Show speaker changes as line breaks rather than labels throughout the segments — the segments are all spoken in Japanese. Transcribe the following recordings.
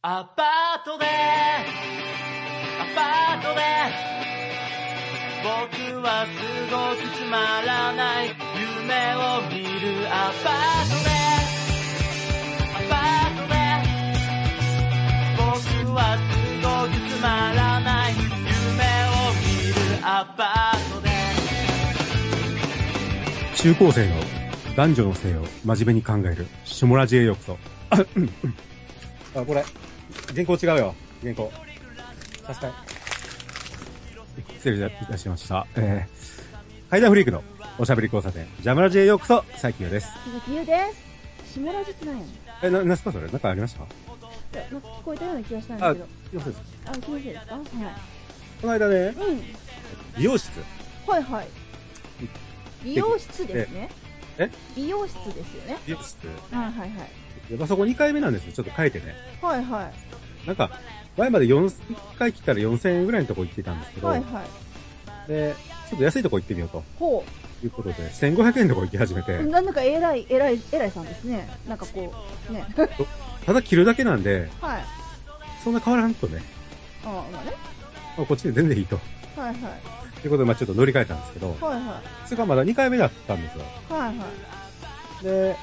アパートで、アパートで、僕はすごくつまらない夢を見るアパートで、アパートで、僕はすごくつまらない夢を見るアパートで、
中高生の男女の性を真面目に考える、シモラジへようこそ。 あ、これ、原稿違うよ、原稿。
確かに。
失礼いたしました。えー、ハイダーフリークのおしゃべり交差点、ジャムラジへようこそ、最近です。
鈴木優です。下ラジってなんやねん
え、な、なんすかそれなんかありました
いやなんか聞こえたような気がしたんだけど。
要するに、
あ、気のせいですかはい。
この間ね、
うん。
美容室、
はいはい。美容室ですね。
え
美容室ですよね。
美容室、
はいはい
やっぱそこ2回目なんですよ。ちょっと書いてね。
はい。はいは
なんか、前まで4、1回切ったら4000円ぐらいのとこ行ってたんですけ
い。
ど、
はいはい。
で、ちょっと安いとこ行ってみようと
ほ
いうことで、1500円のとこ行き始めて
う。、なんだか偉い、偉い、偉いさんですね。なんかこう、ね。
ただ切るだけなんで、
はい。
そんな変わらんとね、
あまあね。
まあこっちで全然いいと。
はいはい。
ということで、まあちょっと乗り換えたんですけど、
はいはい。
それがまだ2回目だったんですよ。
はいはい。
で、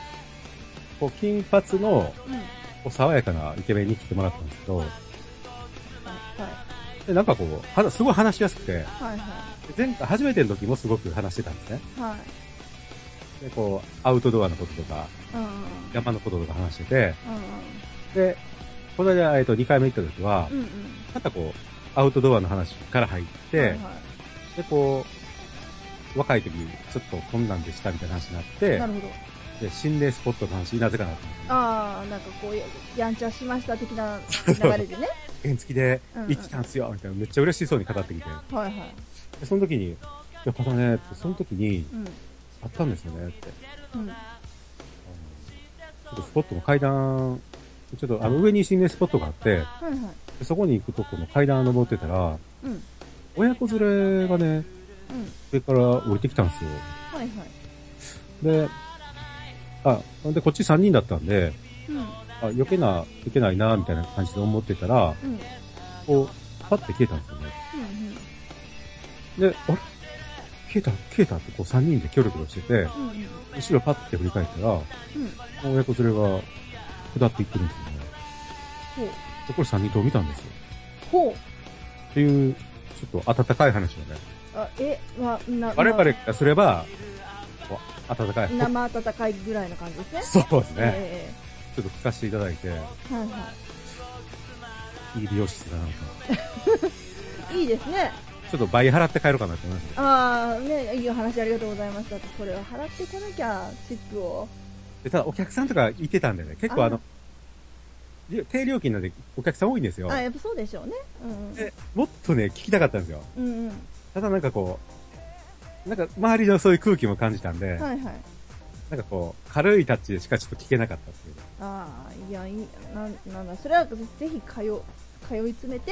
こう、金髪の、
うん。はい。
こう爽やかなイケメンに来てもらったんですけど、で、なんかこう、はすごい話しやすくて、で
はいはい。
前回、初めての時もすごく話してたんですね。
はい。
で、こう、アウトドアのこととか、
うんうん
山のこととか話してて、
うん。
で、この間、えっと、2回目行った時は
うんう、ん。うん
またこう、アウトドアの話から入っ
うん。
て、
はいは
で、こう、若い時、ちょっとこんなんでしたみたいな話になって
い。な、るほど。
で、心霊スポットの話、なぜかなと思って。
ああ、なんかこうや、やんちゃしました的な流れでね。
原付きで
うんうん
行ってたんですよ、みたいな、めっちゃ嬉しそうに語ってきて。
はいはい。
で、その時に、いや、これね、ってその時に、
うん。
あったんですよね、って。
うん。
あのちょっとスポットの階段、ちょっとあの上に心霊スポットがあって、
はいはい。
でそこに行くとこの階段登ってたら、
うん。うん。
親子連れがね、上から降りてきたんですよ。
はいはい。
で、あ、で、こっち3人だったんで、
うん。
あ、避けな、いけないな、みたいな感じで思ってたら、
うん。うん。
こう、パッて消えたんですよね。で、あれ消えた消えたってこう3人でキョロキョロしてて、
うん。うん。
後ろパッて振り返ったら、親子連れが下っていってるんですよね。
ほう。
で、これ3人とも見たんですよ。
ほう。
っていう、ちょっと温かい話をね。
あ、え、まあ、な、
我々からすれば、こう温かい。
生温かいぐらいの感じですね。
そうですね。
え
ちょっと聞かせていただいて、
えはいはい
い美容室だなと。
い。いいですね。
ちょっと倍払って帰ろうかなって思いました。
ああ、ね、いいお話ありがとうございました。これは払っていかなきゃ、チップを。
で、ただお客さんとかいてたんでね、結構あの、り低料金なんでお客さん多いんですよ。
あ、やっぱそうでしょうね。うん
で、もっとね、聞きたかったんですよ。
うん。うんうん。
ただなんかこう、なんか周りのそういう空気も感じたんで、
はいはい。
なんかこう、軽いタッチでしかちょっと聞けなかったっていう。
ああ、いや、いい、なん、なんだ、それはぜひ通う、通い詰めて、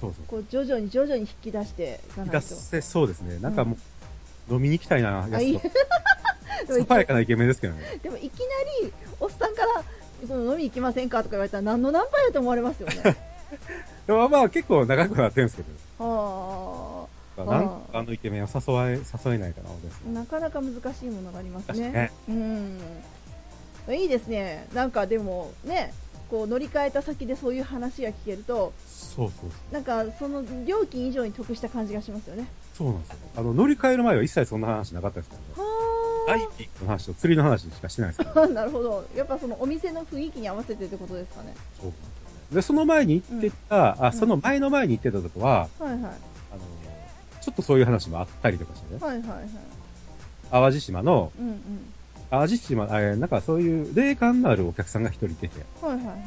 そうそう。
こう徐々に徐々に引き出していか
聞き
な
出
いと。
せそうですね。なんかもう、飲みに行きたいな、
あいい
やつと。爽やかなイケメンですけどね。
でもいきなりおっさんからその飲み行きませんかとか言われたら何のナンパやと思われますよね。
でもまあ結構長くなってるんですけ
は
ど、なんか
あー
あのイケメンを誘われ、誘えないかな、私
あ、なかなか難しいものがあります
確かに
ね。
ね。
うん。いいですね。なんかでもね、こう乗り換えた先でそういう話が聞けると、
そうそうそう。
なんかその料金以上に得した感じがしますよね。
そうなんですよ。あの、乗り換える前は一切そんな話なかったですからね。ダ
は
イビングの話と釣りの話しかしてないです から、
あ。なるほど。やっぱそのお店の雰囲気に合わせてってことですかね。
そうなんですよね。で、その前に行ってた、あ、その前の前に行ってたとこは、
はいは
あ
い。
の、ちょっとそういう話もあったりとかしてね。
はいはいはい。
淡路島の、
うんうん。
淡路島、えーなんかそういう霊感のあるお客さんが一人いてて、
はいはいはい。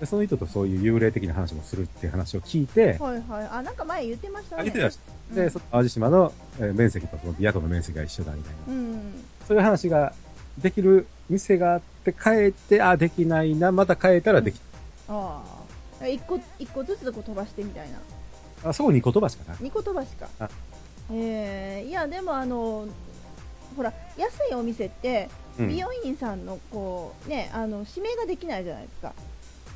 でその人とそういう幽霊的な話もするっていう話を聞いて、
はいはい。あ、なんか前言ってましたね。
あげてたし、
うん
で、その淡路島の、えー面積とその琵琶湖の面積が一緒だみたいな、
うん。
そういう話ができる店があって、帰って、あ、できないな、また帰ったらでき、
ああ。一個、一個ずつこう飛ばしてみたいな。
あ、そこに言葉しかない。
二個飛ばしか
あ。
ええいや、でもあの、ほら、安いお店って、
うん
美容院さんの、こう、ね、あの、指名ができないじゃないですか。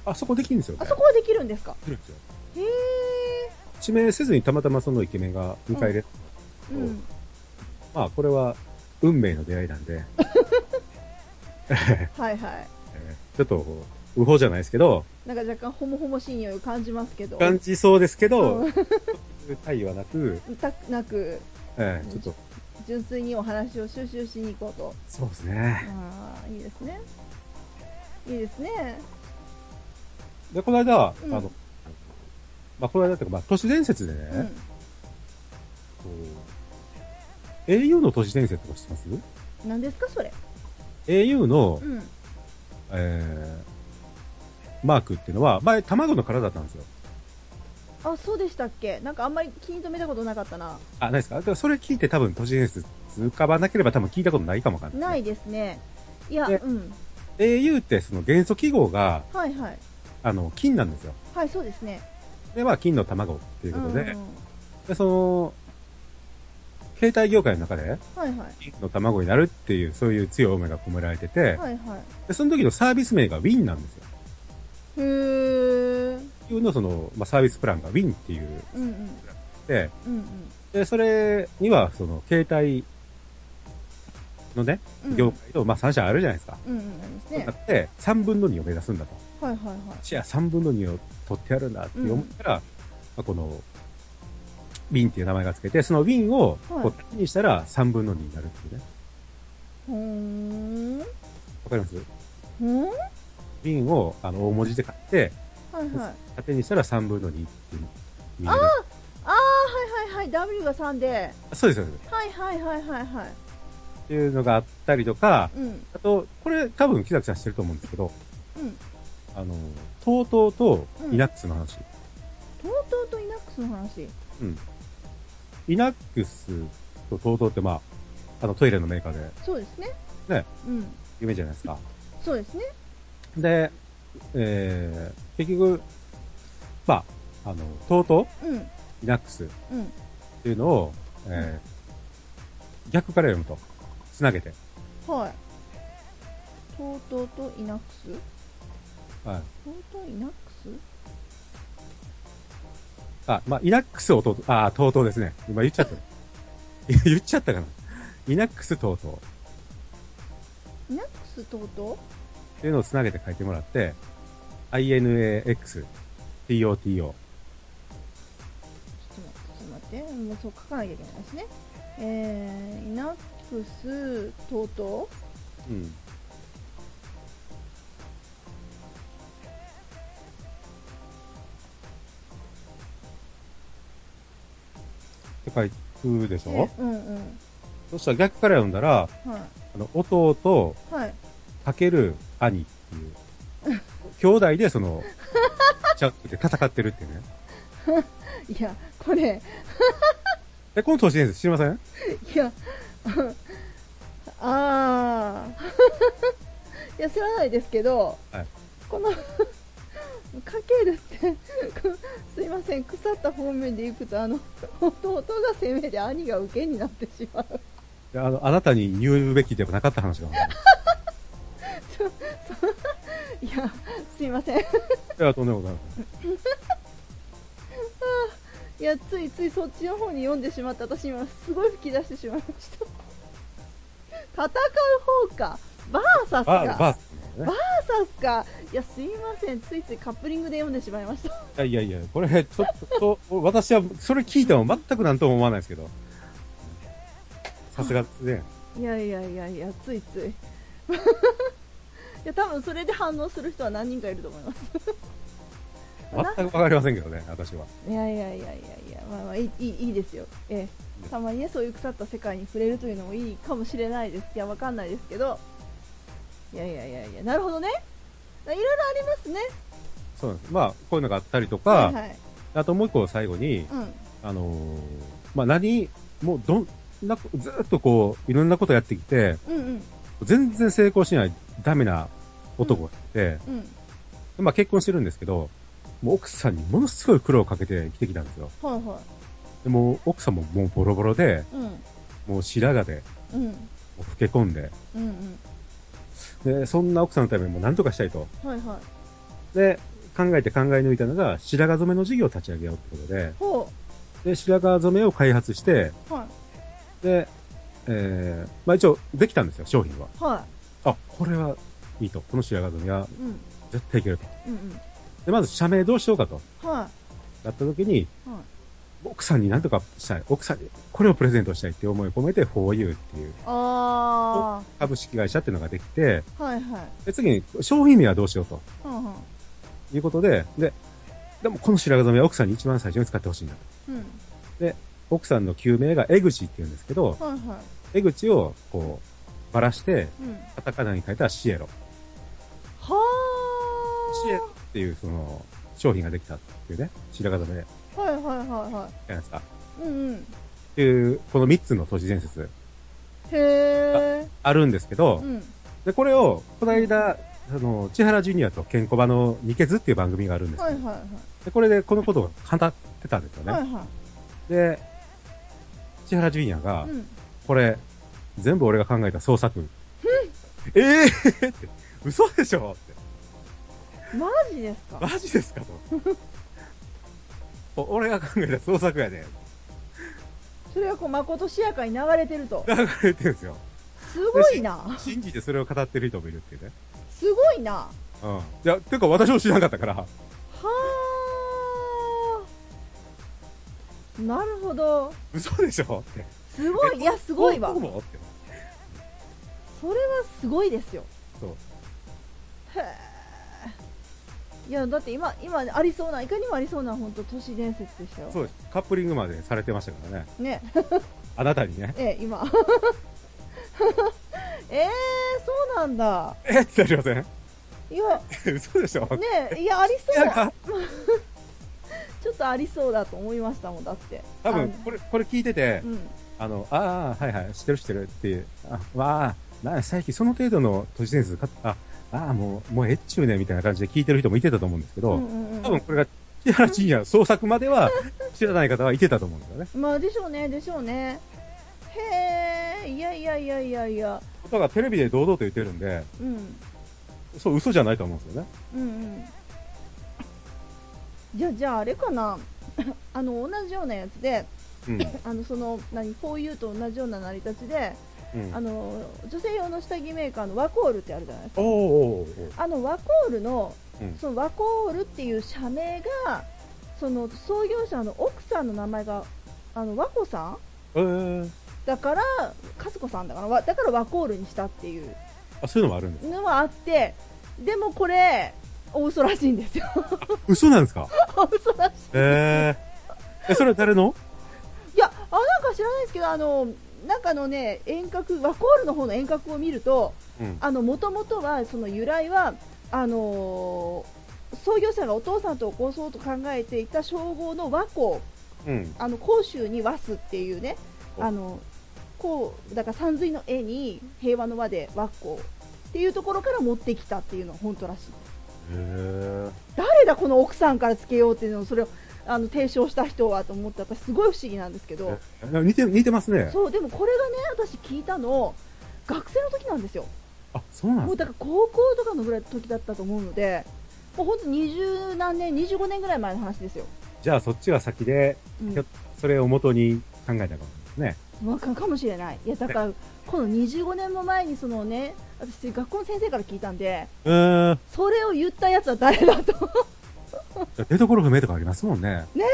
あそこできるんですよ、ね。
あそこはできるんですか
できるんですよ。
へ
指名せずにたまたまそのイケメンが迎え入れ、
えうん
まあ、これは運命の出会いなんで、
はいはい
えーちょっと、うほじゃないですけど、
なんか若干ホモホモしい匂いを感じますけど
感じそうですけど、
う
対はなく、
んたなく
えーちょっと、
純粋にお話を収集しに行こうと
そうですね。
ああいいですねいいですね
で、この間、
うん
あの、まあ、この間っていうか、まあ、都市伝説でね、
うん
こう au の都市伝説とか知ってます
何ですかそれ
?au の、
うん
えー、マークっていうのは、前、卵の殻だったんですよ。
あそうでしたっけなんかあんまり気に留めたことなかったな
あ、ないですかだからそれ聞いて多分都市伝説浮かばなければ多分聞いたことないかもわかんない。
ないですねいや
え
うん
au ってその元素記号が、
はいはい
あの、金なんですよ。
はいそうですね
で、まあ、金の卵っていうことで、
うんうん
で、その、携帯業界の中で、
はいはい
金の卵になるっていう、そういう強い思いが込められてて、
はいはい
で、その時のサービス名が Win なんですよ。
へえ
au のその、まあ、サービスプランが Win っていう、
うんうん
で、
うん
で、それには、その、携帯のね、
うん
業界と、まあ、3社あるじゃないですか。
うんうんありますね
だって、3分の2を目指すんだと。
はいはいはい
シェア3分の2を取ってやるんだって思ったら、まあ、この、ウィンっていう名前がつけて、そのウィンを
はい
こう縦にしたら3分の2になるっていうね。
ほーん
わかりますウ
ほーんは
ィンをあの大文字で買って、
いはい
縦にしたら3分の2っていう。見える
ああはいはいはい W が3で
そうです、そうです。
はいはいはいはいはい
っていうのがあったりとか、
うん
あと、これ多分木崎さん知ってると思うんですけど、
うん
あの、TOTO と
うん
Linux の話。
TOTO と Linux の話
Linux と TOTO ってまあ、あのトイレのメーカーで
そうですね
ね
うん
有名じゃないですか。
そうですね
で、えー、結局、まあ、あの、とうと
うん
う Linux っ
うん
ていうのを、えー、逆から読むと、つなげて、
はい TOTO と Linux
はい。
TOTO Linux
あ、まあ、Linux をとうとう、あー、とうとうですね。今言っちゃった。 言っちゃったかな。Linux とうとうっ
Linux TOTO
ていうのをつなげて書いてもらって、INAX、TOTO。
ちょっと待って、ちょっと待って、もうそう書かなきゃいけないですね。えー、イナックス、とうと
うん。って書くでし
う。
ょ、
ねうんうん。
そしたら逆から読んだら、
は
あの、弟と
い。はい。
かける兄っていう、兄弟でその、ちゃって戦ってるっていうね。
いや、これ、
え、この都市伝説知りません
いや、ああー。い や、知らないですけど、
はい
この 、かけるって、こすいません、腐った方面でいくと、あの、弟が攻めで兄が受けになってしまう。
いやあの、あなたに言うべきではなかった話がある。
いや、すいません。
いや、とんでもございません。
いやついついそっちの方に読んでしまった私今すごい吹き出してしまいました戦う方かバーサ
バ
スかバ
ー、
ー
バースのね。
サスかいやすいませんついついカップリングで読んでしまいました
いやいやいや、これ、ちょっと、私は、それ聞いても全くなんとも思わないですけど。さすがですね。
いやいやいやいやついつい いや多分それで反応する人は何人かいると思います
全くわかりませんけどね、私は。
いやいやいやいやいやまあまあいいいいいいですよええたまにねそういう腐った世界に触れるというのもいいかもしれないですいやわかんないですけどいやいやいやいやなるほどねいろいろありますね
そうなんです。まあ、こういうのがあったりとか、
はいはい
あともう一個最後に、
うん
あのーまあ何、もうどん、な、ずっとこう、いろんなことやってきて、
うんうん
全然成功しないダメな男がいて、
うん
まあ結婚してるんですけど、もう奥さんにものすごい苦労をかけて生きてきたんですよ。
はいは
でも奥さんももうボロボロで、
いうん
もう白髪で、
うん
もう老け込んで、
うんうん
で、そんな奥さんのためにもう何とかしたいと。
はいは
で、考えて考え抜いたのが、白髪染めの事業を立ち上げようってことで、
ほ
で、白髪染めを開発して、
うは
で、えー、まあ一応できたんですよ、商品は。
いは、
あ、これはいいと。この白髪染めはい
うん、
絶対いけると。
うんうん
で、まず社名どうしようかと。
は
なった時に、
いはい
奥さんに何とかしたい。奥さんにこれをプレゼントしたいっていう思いを込めて 4U っていう
あ
株式会社っていうのができて、
ーはいはい
で、次に商品名はどうしようと
うんうん
いうことで、で、でもこの白髪染めは奥さんに一番最初に使ってほしいな。
うん
奥さんの旧名が江口っていうんですけど、
はいはい
江口をこう、ばらして、
うん
カタカナに変えたらシエロ。シエ
は
ロっていうその、商品ができたっていうね、白髪染めじ
あはいはいはいは
ゃないですか。っ
いうんうん
ていう、この3つの都市伝説
へえ
あるんですけど、
うん
で、これを、この間、あの、千原ジュニアとケンコバの二ケツっていう番組があるんです
はい
け
はい
ど、
は
でこれでこのことを語ってたんですよ
い
ね。
はいは
で、千原ジュニアが
い、うん
これ、全部俺が考えた創作。ええー、 って、嘘でしょって、
マジですか
マジですかと。お俺が考えた創作やで、
それがこうまことしやかに流れてると
流れてるんですよ。
すごいな
信じてそれを語ってる人もいるっていうね。
すごいなは
うん。いや、ていうか私も知らなかったから、
あなるほど
嘘でしょって。
すごいいやすごいわ
僕もって。
それはすごいですよ
そう。
へえいやだって今今ありそうないかにもありそうな本当都市伝説でしたよ
そうです。カップリングまでされてましたからね。
ね
あなたにね。
ええ今 えー、そうなんだ
えってなりません
いや
嘘でしょ、
ねいやありそ
なん
う
か、
ちょっとありそうだと思いましたもんだって
多分
あの
これ、これ聞いてて、
うん
あの、ああ、はいはい、知ってる知ってるっていう、あ、わあ、な、最近その程度の都市伝説か、あ、ああ、もう、もうえっちゅうね、みたいな感じで聞いてる人もいてたと思うんですけど、
うんうんうん
多分これが、千原ジュニアの創作までは知らない方はいてたと思うんですよね。
まあでしょうねでしょうねへえいやいやいやいやいや、
だからテレビで堂々と言ってるんで、
うん、
そう、嘘じゃないと思うんですよね。
うんうんじゃあじゃああれかな あの同じようなやつで
うん
あのその何 4U と同じような成り立ちで、。
うん、
あの女性用の下着メーカーのワコールってあるじゃないですか
おーおーおー
あのワコールの、
うん
そのワコールっていう社名がその創業者の奥さんの名前があの和子さん
えー、
だから和子さんだからわだからワコールにしたっていう
あ、そういうのもあるんです。
のはあってでもこれ大嘘らしいんですよ
嘘なんですか
大嘘らしい
えー、え、それは誰の
いやあなんか知らないですけどあのなんかのね遠隔ワコールの方の遠隔を見ると
うん。
あの元々はその由来はあのー創業者がお父さんと起こそうと考えていた称号の和光
うん。
あの甲州に和すっていうねあのこうだから山水の絵に平和の和で和光っていうところから持ってきたっていうのは本当らしい
へー
誰だこの奥さんからつけようっていうのをそれをあの提唱した人はと思って私すごい不思議なんですけど
えなんか似て、似てますね。
そうでもこれがね私聞いたの学生の時なんですよ
あ、そうなん
も
で
う
すか
だから高校とかのぐらいの時だったと思うので、もう本当二十何年、25年ぐらい前の話ですよ。
じゃあそっちが先で、
うん
ひょっそれを元に考えたかもですね。
まあかかもしれない。いやだからこの25年も前にそのね、私学校の先生から聞いたんで、
うーん。
それを言ったやつは誰だと。
出所不明とかありますもんね。
ね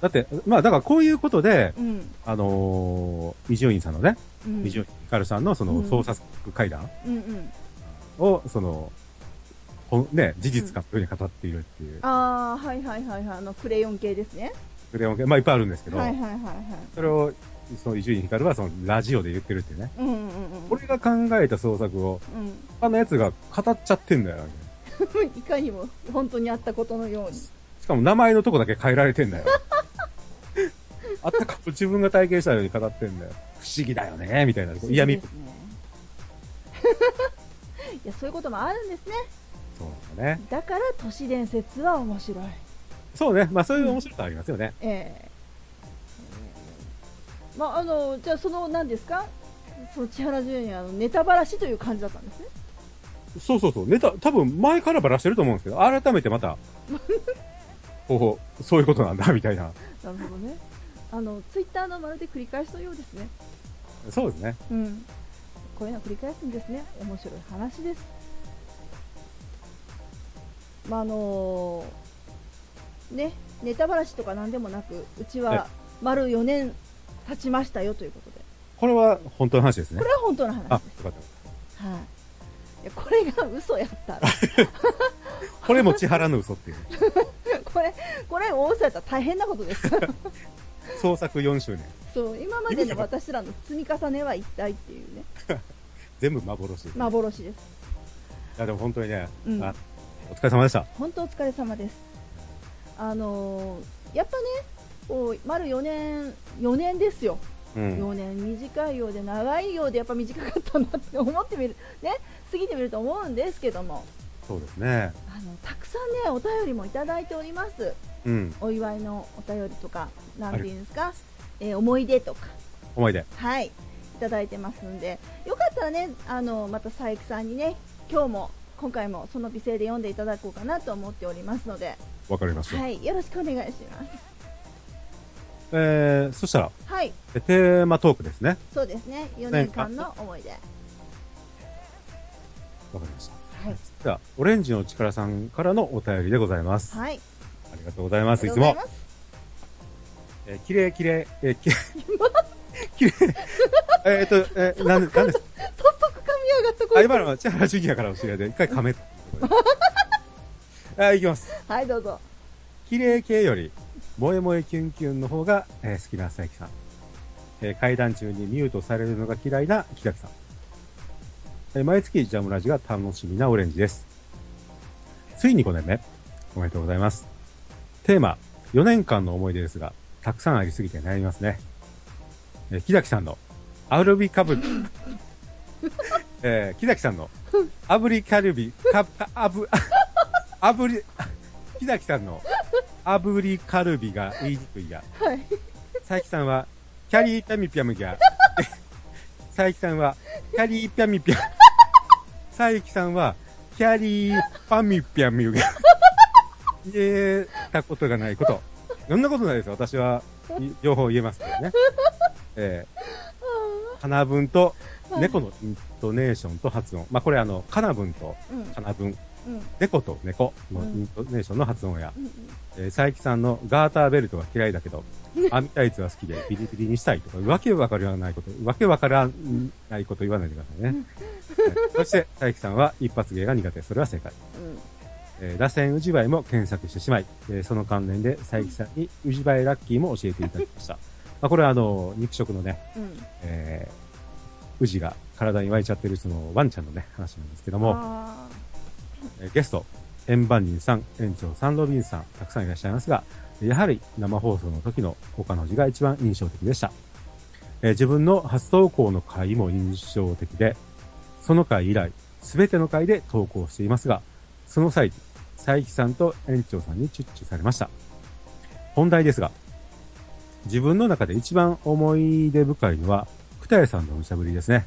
だって、まあだからこういうことで、
え。うん。
あのー、伊集院さんのね、
うん。
伊集院光さんのその
うん
創作会談
うんうん。
を、その、ほんね、事実かというふうに語っているっていう。
ああはいはいはいはいあのクレヨン系ですね。
それはまあいっぱいあるんですけど、
はいはいはいはい。
それを、その伊集院光はそのラジオで言ってるっていうね。
うんうんうんうん。
俺が考えた創作を、
う
他のやつが語っちゃってんだよ。
ん。 いかにも本当にあったことのように。
しかも名前のとこだけ変えられてんだよ。あったかく自分が体験したように語ってんだよ。不思議だよね、みたいな。嫌味
で。すね。 いやそういうこともあるんですね。
そうなんだね。
だから都市伝説は面白い。
そうね。まあそういう面白さありますよね。
ええまああのじゃあその何ですか、その千原ジュニアのネタばらしという感じだったんですね。
そうそうそう。ネタ、多分前からばらしてると思うんですけど、改めてまた、こう、そういうことなんだ、みたいな。
なるほどね。あの、ツイッターのまるで繰り返しのようですね。
そうですね。
うん。こういうの繰り返すんですね。面白い話です。まあ、あのね、ネタばらしとかなんでもなく、うち
はい
は丸4年経ちましたよということで。
これは本当の話ですね
これ。は本当の
あ、よ
話です。
かった。
はい、いやこれが嘘やったら、
これも千原の嘘っていう。
これ、これ大嘘やったら大変なこと です。
創作4周年。
そう、今までの私らの積み重ねは一体っていうね、
全部幻です、い
幻です。
や、でも本当にね、
うん
あお疲れ様でした。
本当お疲れ様です。あのーやっぱね、こう丸4年、4年ですよ、
うん。
4年、短いようで長いようで、やっぱ短かったなって思ってみる、ね、過ぎてみると思うんですけども、
そうですね。
あのたくさんね、お便りもいただいております、
うん。
お祝いのお便りとか、なんていうんですか、えー思い出とか、
思い出。
はい、いただいてますんで、よかったらね、あのまた佐伯さんにね、今日も、今回もその美声で読んでいただこうかなと思っておりますので。
わかりました。
はい、よろしくお願いします。
えー、そしたら、
はい、
えテーマトークですね。
そうですね。4年間の思い出。
わかりました。
はい。
では、オレンジの力さんからのお便りでございます。
はい。
ありがとうございます。い
あ
つ
りが
も
とうござ。ます
えー、きれいきれい、えー、 きれい、きれい、えーっと、えー、なんで、なんです
早速噛み上がった
あ、
声。
今のは千原ジュニアからお知り合いで、一回 噛めっていうことで。あ、いきます。
はい、どうぞ。
綺麗系より、萌え萌えキュンキュンの方が、えー好きな佐伯さん。えー、階段中にミュートされるのが嫌いな木崎さん。えー毎月ジャムラジが楽しみなオレンジです。ついに5年目、おめでとうございます。テーマ、4年間の思い出ですが、たくさんありすぎて悩みますね。えー木崎さんの、アルビカブ、 えー木崎さんの、アブリカルビ、カブ、アブ、アブリ、木崎さんの、炙りカルビが言いにくいや。
はい。
佐伯さんは、キャリーピャミピャムギャ。佐伯さんは、キャリーピャミピャ。佐伯さんは、キャリーパミピャミギャ。言えたことがないこと。そんなことないですよ。私は、い両方言えますけどね。えー、花文と
はい
猫のイントネーションと発音。まあ、これあの、かな文と
うん。
かな文。
うん。
猫と猫のイントネーションの発音や、
うん
えー佐伯さんのガーターベルトは嫌いだけど、アミタイツは好きでビリビリにしたいとか、わけわからないこと、わけわからないこと言わないでくださいね。はいそして、佐伯さんは一発芸が苦手。それは正解。
うん。
えー、螺旋ウジバイも検索してしまい、えーその関連で佐伯さんにウジバイラッキーも教えていただきました。まあこれはあの、肉食のね、
うん。
えー、ウジが体に湧いちゃってるそのワンちゃんのね、話なんですけども、
あ
えーゲスト、円盤人さん、園長さん、ロビンさん、たくさんいらっしゃいますが、やはり生放送の時の他の字が一番印象的でした。えー自分の初投稿の回も印象的で、その回以来、すべての回で投稿していますが、その際、佐伯さんと園長さんにチュッチュされました。本題ですが、自分の中で一番思い出深いのは、二重さんの無茶ぶりですね。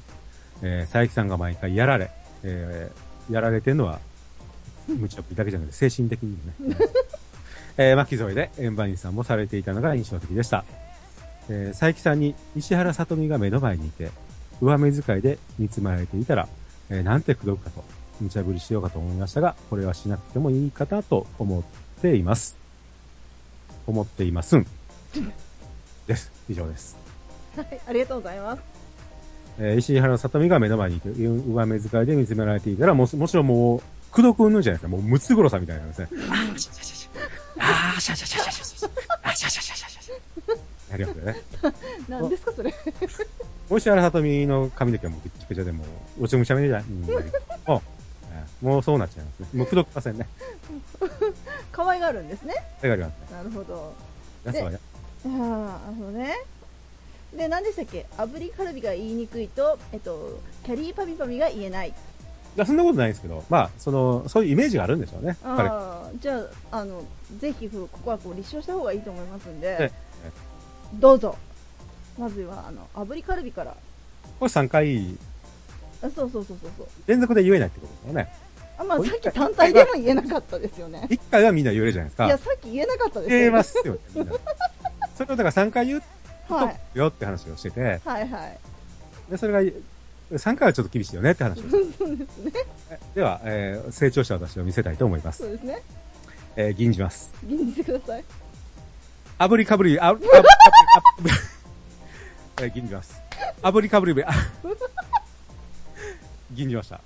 えー佐伯さんが毎回やられ、えーやられてるのは無茶ぶりだけじゃなくて、精神的にもね。 えー、巻き添えで、エンバニーさんもされていたのが印象的でした。えー、佐伯さんに石原さとみが目の前にいて、上目遣いで見つめられていたら、えーなんて口説くかと、無茶ぶりしようかと思いましたが、これはしなくてもいいかなと思っています。思っていますん。です。以上です。
あ。はい。ありがとうございます。
えー石原さとみが目の前にいて、う上目遣いで見つめられていたら、もうもちろんもう、くどくんぬんじゃないですか。もう、ムツゴロウさんみたいなんですね。
あーシャシャシャシャシャシャあーシャシャシャシャシャ
やりますよね。
何ですか、それ。
もし原さとみの髪の毛はもうピッチペチャでもう、おちむしゃみじゃない、うん、もう、もうそうなっちゃいますね。もう、くどきませんね。
可愛がるんですね。
わかりますね。
なるほど。
やつはや、
ああ、あのね。で、何でしたっけ炙りカルビが言いにくいと、えっと、キャリーパミパミが言えない。
いやそんなことないんですけど、まあ、その、そういうイメージがあるんでしょうね。彼は
ああ、じゃあ、あの、ぜひ、ここはこう立証した方がいいと思いますんで
え、
どうぞ。まずは、あの、炙りカルビから。
これ3回
あそうそうそうそうそう
連続で言えないってことですよね。
あまあ
もう一
さっ
回
き単体でも言えなかったですよ ね
一回はみんな言えるじゃないです
いや
か。
さっき言えなかったです
言え
よ、ね、
ますよね、みんな。それをだから3回言う
はい
とよって話をしてて、
はいはい
で、それが、3回はちょっと厳しいよねって話をして
そうですね
では、えー成長した私を見せたいと思いま
そう
す。
ですね
えー、吟じます。
吟じてください
炙りかぶり、 あ、あ、あ、あ、えー、吟じます。炙りかぶり べ、あ、吟じました。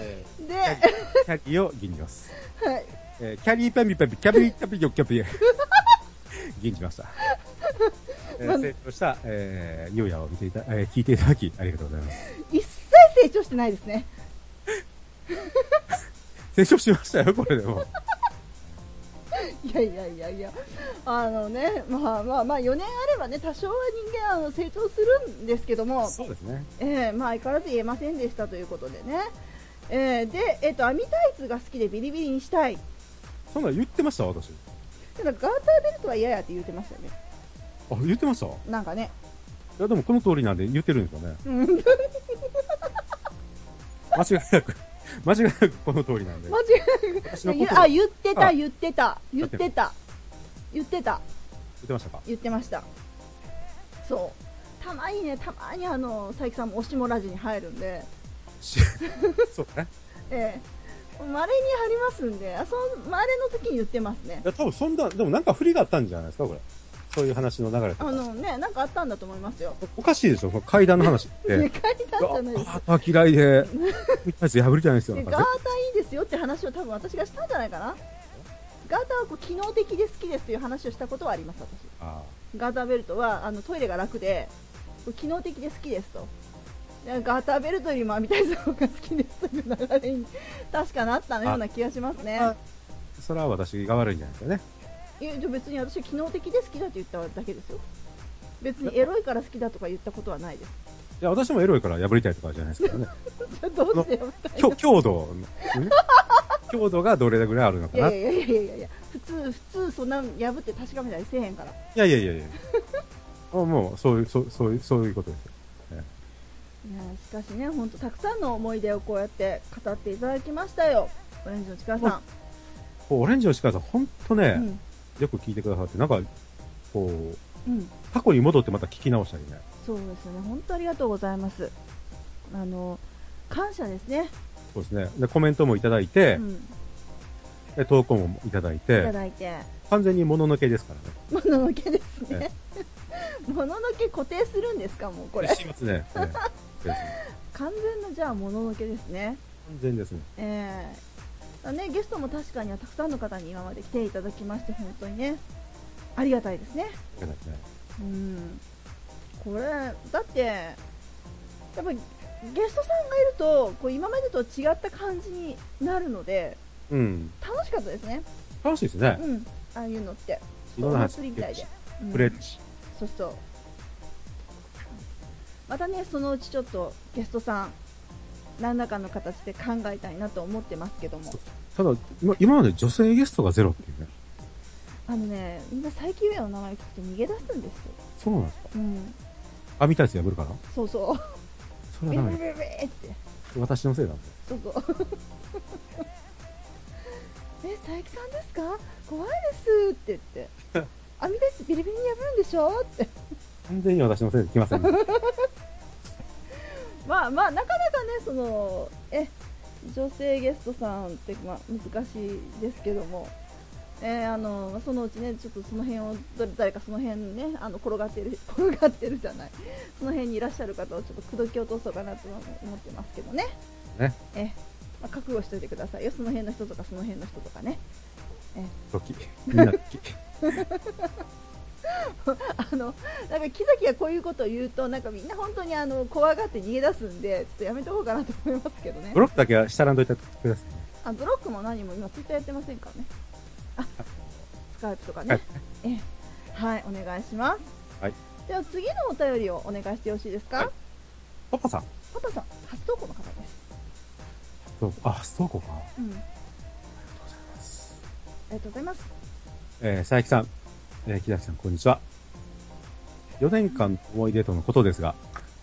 え
で、
ーキャリーを吟じます。
はい、
えーキャリーペンビペンビ、キャビーキャビーキャ ビー。元気ました。えー成長した、えー、ゆうやを見ていた、えー聞いていただき、ありがとうございます。
一切成長してないですね
成長しましたよ、これでも。
いやいやいやいや、あのね、まあまあまあ、4年あればね、多少は人間あの成長するんですけども、
そうですね。
えーまあ相変わらず言えませんでしたということでね。えーで、えっ、と、網タイツが好きでビリビリにしたい。
そんなの言ってました、私。
ただ、ガーターベルトは嫌やって言ってましたよね。
あ、言ってましたい
なんかね。
や、でもこの通りなんで言ってるんですよね。
うん
間違いなく、 間違いなくこの通りなんで。
間違
私の
い
こ
な
と
く。
は
あ、
言っ
言っ
あ
てた、言ってた、言ってた、言ってた、
てましたか
言ってました。そう。たまにね、たまにあの、佐伯さんもおしもラジに入るんで。
しそうね。
ええ、まれにありますんで、あそのまれの時に言ってますね
い。や、多分そんな、でもなんか振りがあったんじゃないですか、これ。そういう話の流れと
あ
か。
のね、なんかあったんだと思いますよ。
おかしいでしょ、この階段の話って。
ね、階段じゃないです
ガーター嫌いで、一つ破りたいんですよ。
ね
な
ガ
ん
ータ
か
ーいいですよって話を多分私がしたんじゃないかな。ガーターはこう機能的で好きですという話をしたことはあります、私。
あ
ガーターベルトはあのトイレが楽で、こう機能的で好きですと。でガーターベルトよりも網たいの方が好きですという流れに確かなったような気がしますね。
あそれは私が悪いんじゃないですかね。
いやじゃあ別に私は機能的で好きだと言っただけですよ別にエロいから好きだとか言ったことはないです
いや、私もエロいから破りたいとかじゃないですからね。
じゃあどうしてやめたい
強強度の、ね、強度がどれぐらいあるのか
いや
な。
い
い
やいやいやいやいや普通普通そんな破って確かめたりせえへんから
やいやいやいや。 あもう、そういう、そうそういう、そういうことですよ。
いやしかしね本当たくさんの思い出をこうやって語っていただきましたよオレンジの力さ
こうオレンジの力さん、ほんとね、
んうん
よく聞いてくださって、なんか、こう、
うん
過去に戻ってまた聞き直したりね。
そうですよね本当ありがとうございますあの感謝ですね、
そうですね。で、コメントもいただいて
う、ん、
で投稿もいただい
いた
て、
だい て
完全にもののけですからね。
もののけですね もののけ固定するんですかもうこれ
しますね。ええですね
完全なじゃあもののけですね。
完全ですね。
えー、だねゲストも確かにたくさんの方に今まで来ていただきまして本当にねありがたいですね。
いただきね
うん。これだってやっぱりゲストさんがいるとこう今までと違った感じになるので
うん。
楽しかったですね。
楽しいですね。
うん。ああいうのって。
いろんな話
お祭りみたいで。うん
触れるし。
そうそう。またね、そのうちちょっとゲストさん、何らかの形で考えたいなと思ってますけども、
ただ、今今まで女性ゲストがゼロっていうね。
あのね、みんな最近上の名前聞くと逃げ出すんですよ。
そうなんですか
うん。
網タイツ破るから
そうそう。
それ
ビリ
は
ビ
ダメ
リビ
だ。
リビリって。
私のせいなんだ。
そう そう。え、佐伯さんですか怖いですって 言って。網です、ビリビリに破るんでしょって。
完全に私のせいで来ません ね。
まあまあなかなかねそのえ女性ゲストさんってまあ難しいですけども、えーあのそのうちねちょっとその辺をどれ誰かその辺ねあの転がってる 転がってるじゃないその辺にいらっしゃる方をちょっと口説き落とそうかなとは思ってますけどね
ね。
え、まあ、覚悟しといてくださいよその辺の人とかその辺の人とかね
時。みんな時。
あのなんか木崎がこういうことを言うとなんかみんな本当にあの怖がって逃げ出すんでちょっとやめとこうかなと思いますけどね
ブロックだけは下らんといてくださいね。
あブロックも何も今ツイッターやってませんからねあスカイプとかね、ええはいお願いします、
はい、
では次のお便りをお願いしてよろしいですか、
はいパパさん。
パパさん初投稿の方です
そうあ、初投稿か。あり
うんあ
がとうございます。
りがとうございます
えー、佐伯さん。えー、木崎さん、こんにちは。4年間の思い出とのことですが、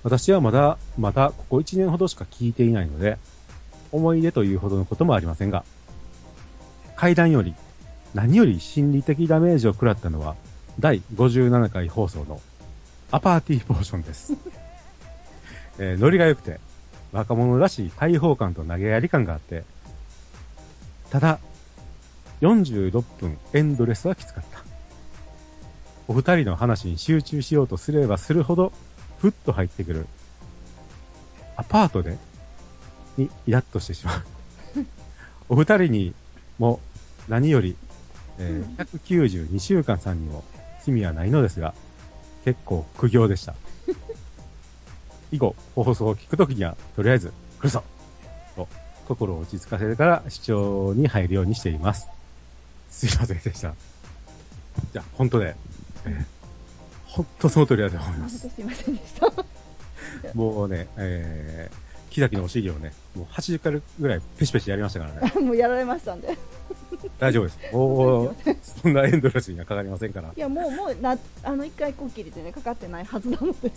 私はまだ、まだここ1年ほどしか聞いていないので、思い出というほどのこともありませんが、階段より、何より心理的ダメージを食らったのは、第57回放送のアパーティーポーションです。 えーノリが良くて、若者らしい開放感と投げやり感があって、ただ、46分エンドレスはきつかった。お二人の話に集中しようとすればするほど、ふっと入ってくる。アパートでにイラッとしてしまう。お二人にも何より、えー192週間さんにも罪はないのですが、結構苦行でした。以後、放送を聞くときには、とりあえず、来るぞと、心を落ち着かせてから視聴に入るようにしています。すいませんでした。いや、本当ね、えー本当その通りだと思い
本
ます。
当すい ませんでした。
もうね、えー、木崎のお尻をね、もう80回ぐらいペシペシやりましたからね。
もうやられましたんで。
大丈夫です。もう、そんなエンドレスにはかかりませんから
い。や、もう、もう、な、あの一回こっきりでね、かかってないはずなので。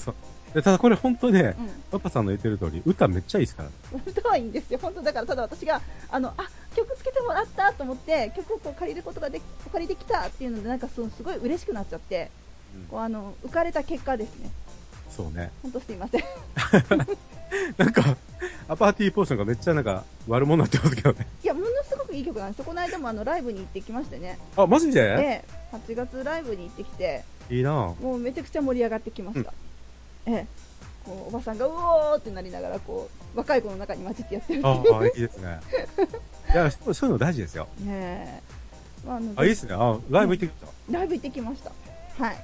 でただこれ本当ね
う、ん。
パパさんの言ってる通り、歌めっちゃいいですから。
歌はいいんですよ、本当だから、ただ私があのあ曲つけてもらったと思って、曲をこう借りることができお借りできたっていうので、なんかそのすごい嬉しくなっちゃって、
うん
こうあの浮かれた結果ですね、
そうね。
本当すいません、
なんか、アパーティーポーションがめっちゃなんか悪者になってますけどね。
いや、ものすごくいい曲なんですよ、この間もあのライブに行ってきましてね、
あ、マジで
ええ、8月ライブに行ってきて、
いいなぁ。
もうめちゃくちゃ盛り上がってきました、ええ、こうおばさんがうおーってなりながらこう、若い子の中に混じってやってる
ああ、いいですね。いや、そうそういうの大事ですよ。
ねえまああの
あ、いいですね。あ、ライブ行ってきた。
ライブ行ってきました。はい。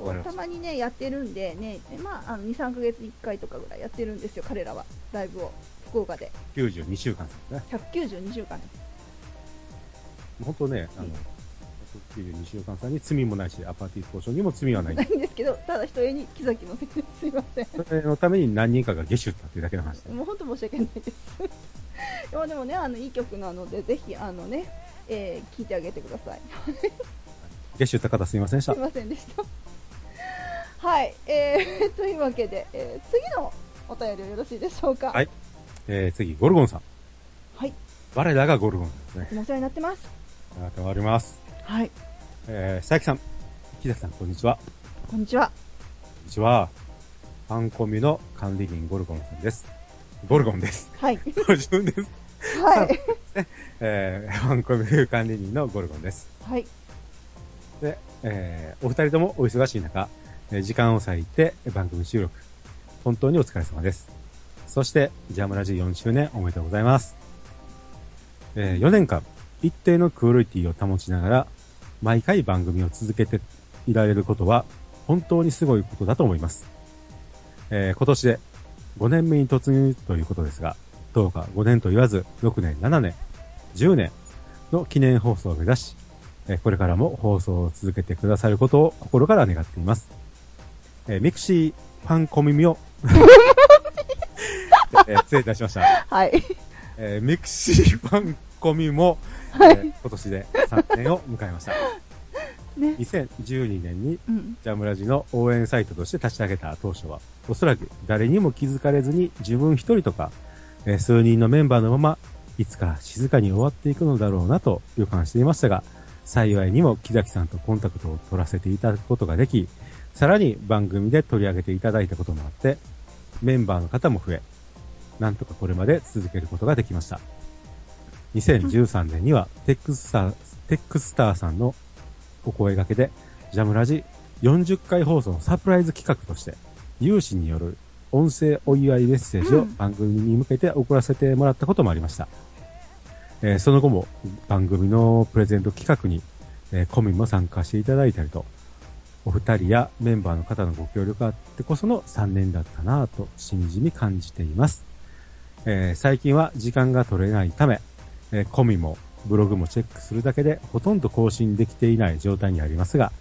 わかりました
たまにね、やってるんで、ね、まあ、あの、2、3ヶ月に1回とかぐらいやってるんですよ、彼らは。ライブを。福岡で。
92週間ですね。
192週間です。
本当ね、あの
うん、
92週間さんに罪もないし、アパーティーポーションにも罪はない
な。いんですけど、ただ一重に木崎のせいです。すいません。
それのために何人かが下手したっていうだけの話で。
もう本当申し訳ないです。 でもでもね、あの、いい曲なので、ぜひ、あのね、えー聞いてあげてください。
下手した方すいませんでし
す
た
い。ませんでした。はい。えー、 というわけで、えー次のお便りはよろしいでしょうか。
はいえー、次、ゴルゴンさん。
はい。
我らがゴルゴンさんですね。
お世話になってます。
あなたはあります。
はい。
えー、佐伯さん。木崎さん、こんにちは。こ
こんにちは。
んにちは。ファンコミュの管理人ゴルゴンさんです。ゴルゴンです。
はい。
自分です。
はい。
えー、ファンコミュ管理人のゴルゴンです。
はい。
で、えーお二人ともお忙しい中、えー時間を割いて番組収録、本当にお疲れ様です。そして、ジャムラジ4周年おめでとうございます。え4年間、一定のクオリティを保ちながら、毎回番組を続けていられることは、本当にすごいことだと思います。えー今年で5年目に突入ということですが、どうか5年と言わず、6年、7年、10年の記念放送を目指し、えーこれからも放送を続けてくださることを心から願っています。えーミクシーファンコミミを、 えー失礼いたしました。
はい。
えーミクシーファンコミも、えー今年で3年を迎えました。
ね。
2012年に
うん。
ジャムラジの応援サイトとして立ち上げた当初は、おそらく誰にも気づかれずに自分一人とか、えー数人のメンバーのまま、いつか静かに終わっていくのだろうなと予感していましたが、幸いにも木崎さんとコンタクトを取らせていただくことができ、さらに番組で取り上げていただいたこともあって、メンバーの方も増え、なんとかこれまで続けることができました。2013年には、テックスター、テックスターさんのお声掛けで、ジャムラジ40回放送のサプライズ企画として、有志による音声お祝いメッセージ
う
を
ん
番組に向けて送らせてもらったこともありました。えーその後も番組のプレゼント企画に、えーコミも参加していただいたりと、お二人やメンバーの方のご協力があってこその3年だったなぁとしみじみ感じています。えー最近は時間が取れないため、えーコミもブログもチェックするだけでほとんど更新できていない状態にありますが、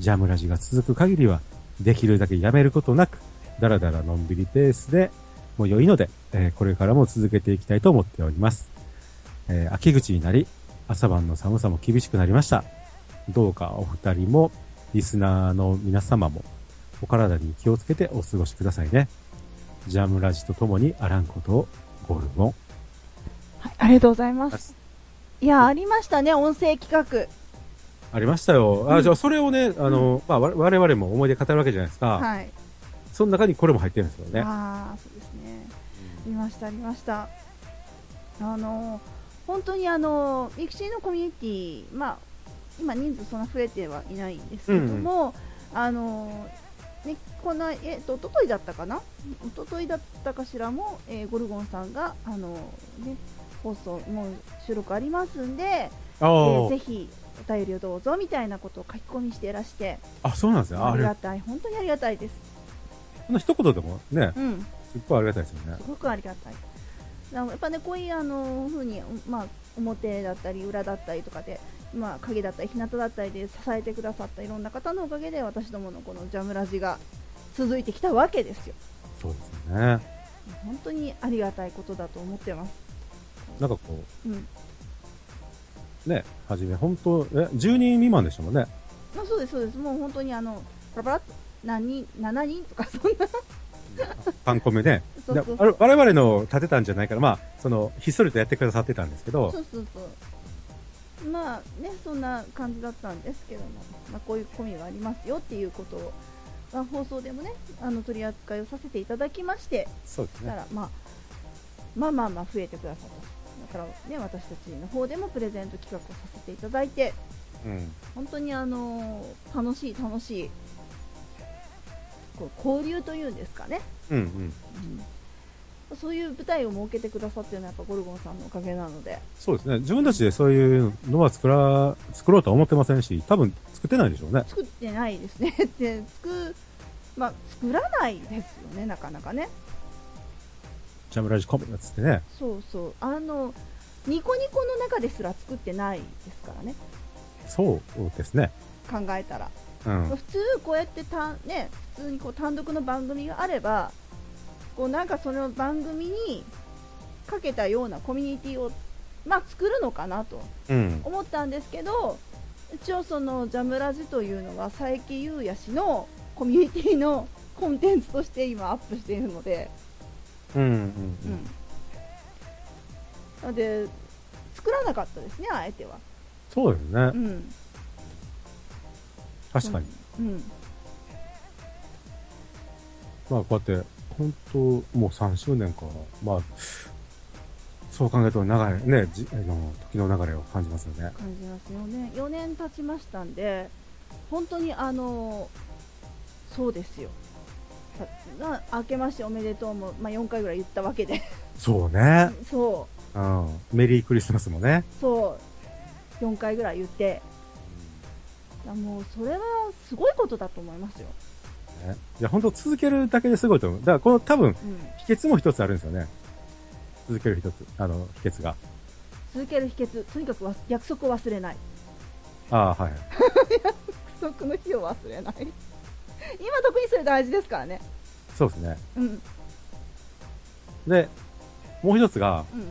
ジャムラジが続く限りはできるだけやめることなく、だらだらのんびりペースでもう良いので、えーこれからも続けていきたいと思っております。えー秋口になり、朝晩の寒さも厳しくなりました。どうかお二人も、リスナーの皆様も、お体に気をつけてお過ごしくださいね。ジャムラジとともにあらんことをゴルゴン。
はい、ありがとうございます。いや、ありましたね、音声企画。
ありましたよ。あ、
うん
じゃあそれをね、あの、まあわ我々も思い出語るわけじゃないですか。
はい。
その中にこれも入ってるんですよね。
ああ、そうですね。ありました、ありました。あの、本当にあの、ミクシーのコミュニティ、まあ、今人数そんな増えてはいないんですけども、あの、ね、この、えっと、一昨日だったかな一昨日だったかしらも、えーゴルゴンさんが、あの、ね、放送、もう収録ありますんで、
あ
え
ー
ーぜひ、お便りをどうぞみたいなことを書き込みしていらして、
あ、そうなんですよ。
あ
ああ
り
れ、
がたい、本当にありがたいです。
この一言でもね、
うん。
すっごいありがたいですよね
す。ごくありがたい。なやっぱね、こういうあの風に、うんまあ、表だったり裏だったりとかで、まあ、影だったり日向だったりで支えてくださったいろんな方のおかげで私どものこのジャムラジが続いてきたわけですよ。
そうですよね。
本当にありがたいことだと思ってます。
なんかこ
うん、
う、ね、はじめ、本当え、10人未満でしたもんね。
まあ、そうですそうです。もう本当にあのパラパラっと何人7人とかそんな
3個目ね。
そうそう
であれ我々の立てたんじゃないから、まあ、その、ひっそりとやってくださってたんですけど
そ、うそうそう。まあね、そんな感じだったんですけども、まあ、こういうコミがありますよっていうことを、まあ、放送でもね、あの取り扱いをさせていただきまして、
そうです
だか
ね。
ら、まあ、まあまあまあ増えてくださった。だからね、私たちの方でもプレゼント企画をさせていただいて、
うん。
本当にあのー楽しい楽しい、こう交流というんですかね、
うんうん。
うん、そういう舞台を設けてくださってるのはやっぱゴルゴンさんのおかげなので、
そうですね。自分たちでそういうのは作ら、作ろうとは思ってませんし、多分作ってないでしょうね。
作ってないですね って作,、まあ、作らないですよねなかなかね
ジャムラジコメントつってね。
そうそうあのニコニコの中ですら作ってないですからね
そうですね。
考えたら、
うん。
普通こうやってたね普通にこう単独の番組があればこうなんかその番組にかけたようなコミュニティをまあ作るのかなと
うん。
思ったんですけど一応そのジャムラジというのは佐伯優也氏のコミュニティのコンテンツとして今アップしているので、
うん。うん。
うん、なので作らなかったですねあえては、
そうですね
う。ん、
確かに。
うん、うん、
まあ、こうやって、本当もう3周年か。まあ、そう考えると長い、ね、じあの時の流れを感じますよね。
感じます4年4年経ちましたんで本当にあのそうですよさな明けましておめでとうも、まあ、4回ぐらい言ったわけで
そうね。
そう
うん。メリークリスマスもね。
そう4回ぐらい言っていやもうそれはすごいことだと思いますよ、
ねいや、本当続けるだけですごいと思う。だから、この多分、
うん、
秘訣も一つあるんですよね。続ける一つ、あの、秘訣が。
続ける秘訣とにかくわ約束を忘れない
ああ、はい。
約束の日を忘れない 今特にそれ大事ですからね
そうですね。
うん
で、もう一つが、
うん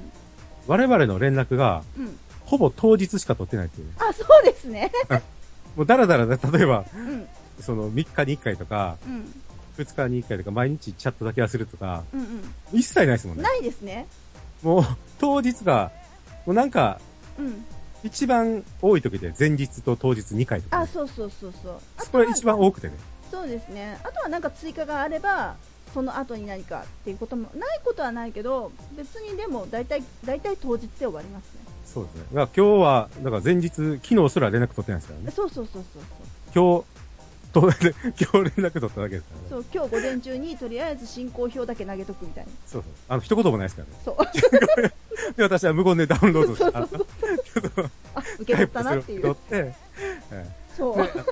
我々の連絡が、
うん
ほぼ当日しか取ってないっていう。
あそうですね
もうダラダラだ、例えば、
うん
その3日に1回とか、
うん
2日に1回とか、毎日チャットだけはするとか、
うん
一切ないですもん
うん
ね。
ないですね
もう、当日が、もうなんか、
うん
一番多い時で前日と当日2回とか
あ
ね、
そうそうそうそうあ
これ一番多くてね。
そうですねあとはなんか追加があればその後に何かっていうこともないことはないけど別にでも大体大体当日で終わりますね
そうですね。だから今日は、だから前日、昨日すら連絡取ってないですからね。
そうそうそうそうそう
今日、と 今日連絡取っただけですからね。
そう今日午前中にとりあえず進行表だけ投げとくみたいな
そうそう。あの、一言もないですからね。
そう
で、私は無言でダウンロードして、あの
あ受け取ったなってい
タイ
う
プする受け取って、え
そう
えであの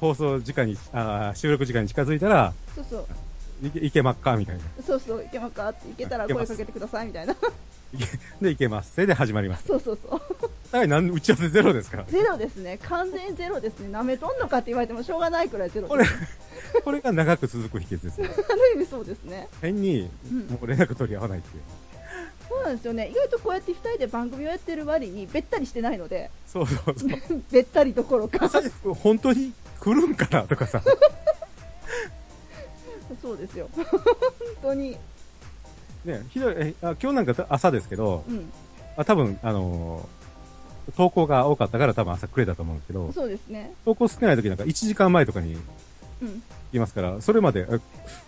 放送時間に、あー収録時間に近づいたら、
そうそう
いけ、いけまっか、みたいな。
そうそういけますかっていけたら
いけま
声
す
かけてくださいみたいな
で、いけます。それで始まります。
そうそうそう
はい、なん、打ち合わせゼロですから。
ゼロですね完全ゼロですねなめとんのかって言われてもしょうがないくらいゼロ
こ
で
れ
す、
これが長く続く秘訣ですね。
ある意味そうですね
変に
うん、
もう連絡取り合わないっていう。
そうなんですよね意外とこうやって2人で番組をやってる割にべったりしてないので
そうそうそう。
べったりどころか
さ本当に来るんかなとかさ。
そうですよ 本当に
ね、ひどい、え、あ今日なんか朝ですけど、
うん
あ多分、あのー投稿が多かったから多分朝くれたと思うんですけど、
そうですね
投稿少ない時なんか1時間前とかに
うん
いますから、それまで、え、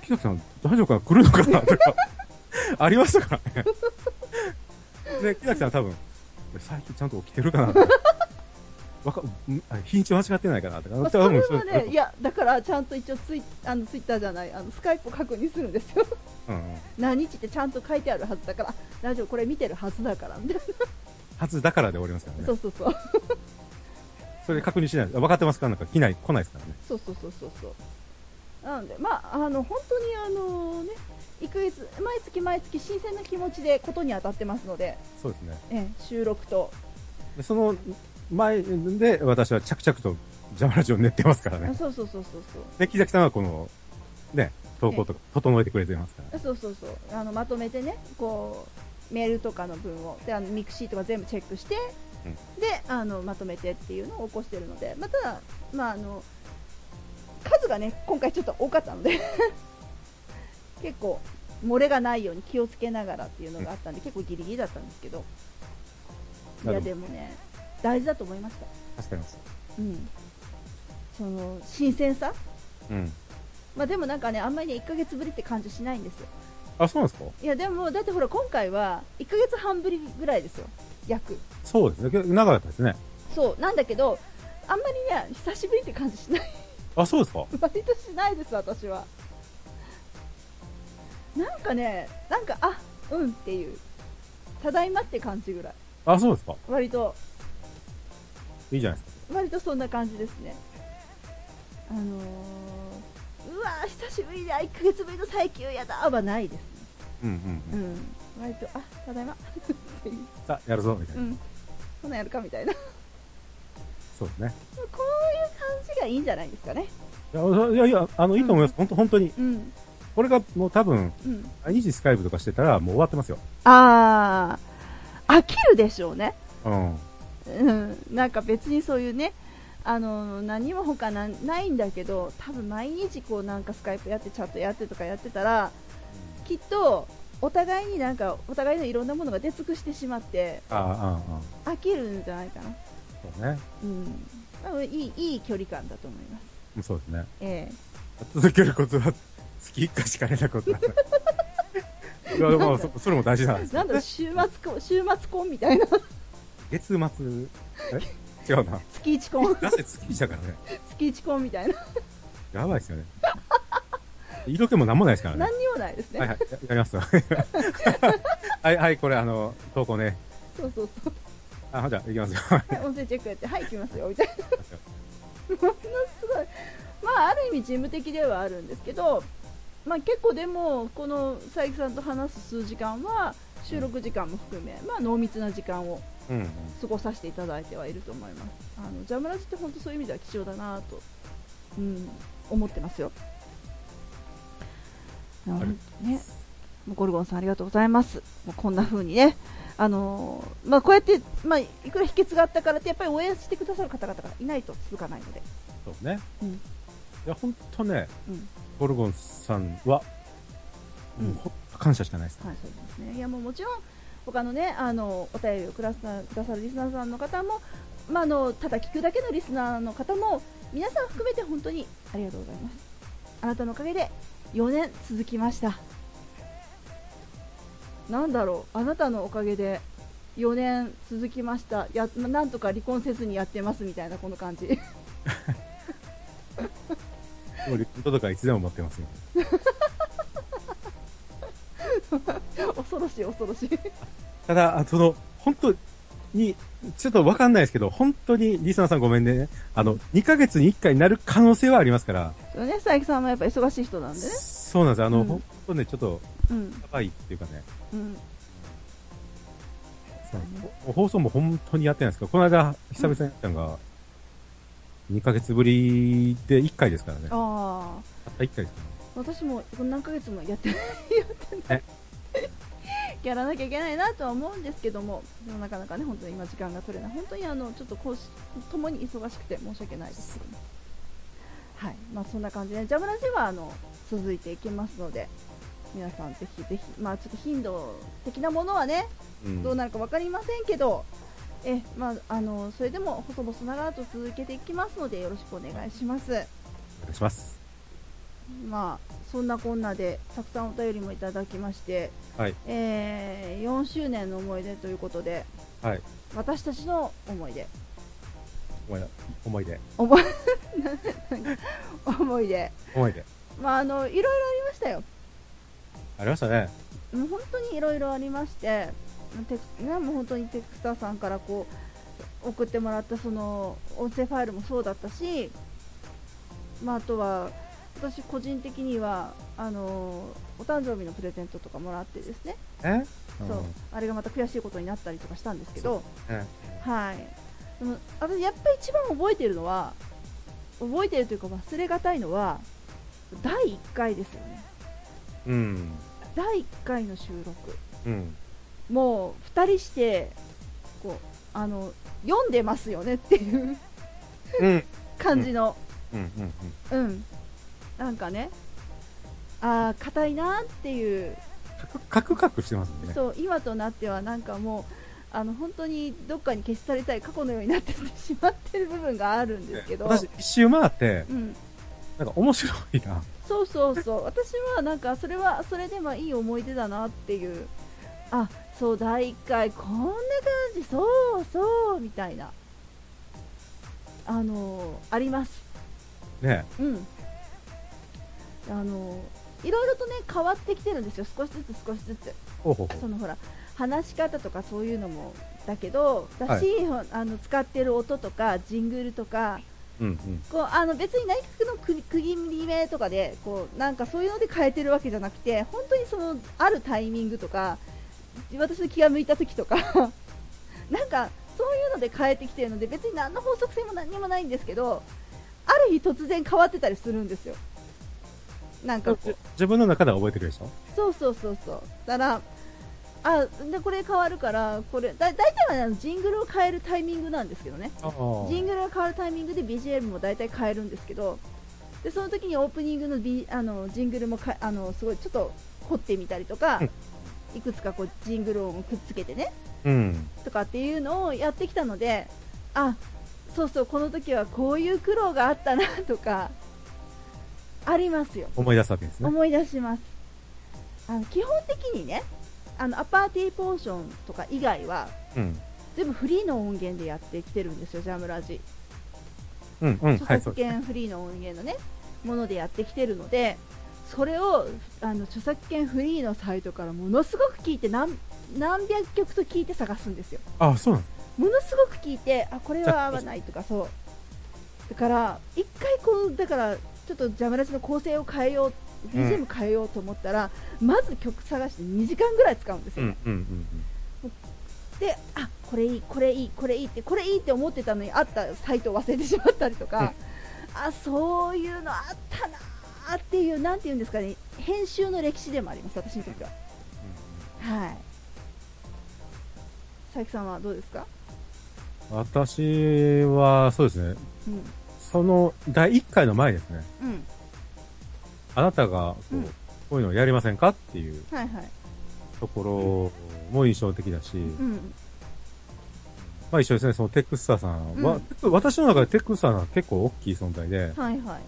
木崎さん大丈夫かな来るのかなとか、 ありましたからね。 で、木崎さん多分、最近ちゃんと起きてるかなと か、わか、んあ日にち間違ってないかなとか、
まあ、
多
それ
分
ま
そう
でいやだからちゃんと一応ツイあのツイッターじゃないあのスカイプを確認するんですよ
うんうん。
何日ってちゃんと書いてあるはずだからラジオこれ見てるはずだからみたい
はずだからで終わりますから
な
ね。
そうそうそう
それ確認しない。分かってますかなんか来ない、来ないですからね。
そうそうそうそうそうなのでまああの本当にあのね1ヶ月毎月毎月新鮮な気持ちでことに当たってますので、
そうですね。
ええ収録と、
でその前で私は着々とジャマラジオを練ってますから
あ
ね。
そうそうそうそうそう
で、木崎さんはこの、ね、投稿とか整えてくれてますから。
そうそうそうあのまとめてねこうメールとかの文をであのミクシーとか全部チェックして、
うん
であのまとめてっていうのを起こしてるので、まあ、ただ、まあ、あの数がね今回ちょっと多かったので 結構漏れがないように気をつけながらっていうのがあったんで、結構ギリギリだったんですけどい
なる
や
ほど
でもね大事だと思いました、
助かります。
うん、その新鮮さ、
うん。
まあ、でもなんかねあんまりね1ヶ月ぶりって感じしないんですよ
あ、そうなんですか
いやでもだってほら今回は1ヶ月半ぶりぐらいですよ約
そうですね。け長かったですね。
そうなんだけどあんまりね久しぶりって感じしない
あ、そうですか
割としないです私はなんかねなんかあうんっていうただいまって感じぐらい
あ、そうですか
割と
いいじゃないですか。
割とそんな感じですねあのー、うわー久しぶりだ1ヶ月ぶりの再休やだはないですね
うんうん
う
うん。
ん割とあただいまっていう
さあ、やるぞ、みたいうな。
んそんなんやるかみたいな
そうですね。
こういう感じがいいんじゃないですかね。
いやいやいや、あの、いいと思います。本当本当に。
うん。
これがもう多分、
うん。
2時スカイプとかしてたらもう終わってますよ。
ああ、飽きるでしょうね。
うん。
うん。なんか別にそういうね、あの、何も他なないんだけど、多分毎日こうなんかスカイプやってチャットやってとかやってたら、きっと、お互いになんか、お互いのいろんなものが出尽くしてしまって、
ああ、ああ、ああ
飽きるんじゃないかな。
そうね。
うん。多分いい、いい距離感だと思います。
うんそうですね。
え
続けることは、月1回しか連絡を取ら ない。いや、でも、そそれも大事なん
え
です
なんだろう、週末婚、週末婚みたいな。
月末、え違うな。
月一婚、
なぜ月1だからね。
月一婚みたいな。
やばいですよね。色気もなんもないですからね。
何にもないですね。
はいはい、ややり ますよ。はいはい、これあの、投稿ね。
そうそうそう。
あ、じゃあ、いきますよ。 はい
はい、音声チェックやって、はい、行きますよ、みたいな。
行きますよ
ものすごい。まあ、ある意味、事務的ではあるんですけど、まあ、結構でも、この佐伯さんと話す数時間は、収録時間も含め、まあ、濃密な時間を
うんうん。
過ごさせていただいてはいると思います。あの、ジャムラジって本当そういう意味では貴重だなと、うん、思ってますよ。なるほどね。もうゴルゴンさんありがとうございます。もうこんな風にね、あのーまあこうやってまあいくら秘訣があったからってやっぱり応援してくださる方々がいないと続かないので、
そうね。
うん
いや、ほんとね、
うん、
ゴルゴンさんは、
うん
もうほんと感謝しかないです。
はい、そうですね。いやもうもちろん他のねあのお便りをくださくださるリスナーさんの方も、まああのただ聞くだけのリスナーの方も皆さん含めて本当にありがとうございます。あなたのおかげで4年続きました。なんだろうあなたのおかげで4年続きました。やまなんとか離婚せずにやってますみたいなこの感じ。
もうリクルートとかいつでも待ってますよ。
恐ろしい恐ろしい。
ただ、あその、本当に、ちょっとわかんないですけど、本当に、リスナーさんごめんね。あの、2ヶ月に1回になる可能性はありますから、
そうね佐伯さんもやっぱ忙しい人なんでね。
そうなんです。あの、
うん
本当ね、ちょっと、
う
や
ん
ばいっていうかね、
うん
そうお放送も本当にやってないですから、この間、久々にやったのが、2ヶ月ぶりで1回ですからね。たっ
ああ。
た1回ですからね。
私もこの何ヶ月もやってないやってない
え
やらなきゃいけないなとは思うんですけどもでもなかなかね本当に今時間が取れない本当にあのちょっと講師ともに忙しくて申し訳ないですけどねはいまあ、そんな感じで、ジャブラジはあの続いていきますので、皆さんぜひぜひ、まあ、ちょっと頻度的なものはね、
うん
どうなるか分かりませんけど、えまあ、あのそれでも細々ながらと続けていきますので、よろしくお願いします。
お願いします。
まあ、そんなこんなでたくさんお便りもいただきまして、
はい。
えー4周年の思い出ということで、
はい。
私たちの思い出、
思い出思い出。
思い思い出、
思い出。
まあ、あのいろいろありましたよ。
ありましたね。
もう本当にいろいろありまして、テクね、もう本当にテクスターさんからこう送ってもらったその音声ファイルもそうだったし、まあ、あとは私個人的にはあのお誕生日のプレゼントとかもらってですね、
え
そうあれがまた悔しいことになったりとかしたんですけど、
うん。ね
はい、でも私、やっぱり一番覚えてるのは覚えてるというか忘れがたいのは第1回ですよね、
うん。
第1回の収録。
うん。
もう2人してこうあの読んでますよねっていう
うん。
感じの、
うん。うん。
うんなんかねああ硬いなーっていう、
カクカクカクしてますんでね。
そう今となってはなんかもうあの本当にどっかに消し去りたい過去のようになってしまってる部分があるんですけど、
私、一周回って、
うん、
なんか面白いな。
そうそうそう私はなんかそれはそれでまあいい思い出だなっていうあそう第1回こんな感じそうそうみたいなあのあります
ね。
うんあのいろいろとね変わってきてるんですよ少しずつ少しずつ
ほうほうほ。
そうのほら話し方とかそういうのもだけどだ
は
し、あの使ってる音とかジングルとか
うんうん。
こうあの別に内閣の区区切り目とかでこうなんかそういうので変えてるわけじゃなくて本当にそのあるタイミングとか私の気が向いた時とか なんかそういうので変えてきてるので別に何の法則性も何にもないんですけどある日突然変わってたりするんですよなんかこう
自分の中では覚えてるでしょ
そうそうそうそうだからあでこれ変わるからこれだ大体はねあのジングルを変えるタイミングなんですけどね
あ
ジングルが変わるタイミングで BGM も大体変えるんですけどでその時にオープニングの,、B、あのジングルもかあのすごいちょっと凝ってみたりとか、
うん
いくつかこうジングルをくっつけてね
うん。
とかっていうのをやってきたのであそうそうこの時はこういう苦労があったなとかありますよ
思い出すわけですね。
思い出しますあの基本的にねあのアパーティーポーションとか以外は
うん。
全部フリーの音源でやってきてるんですよジャムラジ
うんうん。は
著
い、そ
作
うです。
権フリーの音源のね、ものでやってきてるので、それをあの著作権フリーのサイトからものすごく聞いて何、何百曲と聞いて探すんですよ。
あ、そうなんで
ものすごく聞いて、あ、これは合わないとか、そう。だから、一回こう、だから、ちょっとジャムラジの構成を変えよう、
うん
BGM 変えようと思ったら、まず曲探して2時間ぐらい使うんです
す。う
よね。
んうんうん
であこれいいこれいいこれいいってこれいいって思ってたのにあったサイトを忘れてしまったりとか、あそういうのあったなーっていうなんていうんですかね編集の歴史でもあります私にとってははい佐伯さんはどうですか、
うん。私は、そうですね。
うん
その、第1回の前ですね。
うん、
あなたが、こう、
うん
こういうのをやりませんかっていう
はいはい、
ところも印象的だし、
うん、
まあ一緒ですね、そのテックスターさんは、
うん
テック私の中でテックスターさんは結構大きい存在で、
はいはい
あのー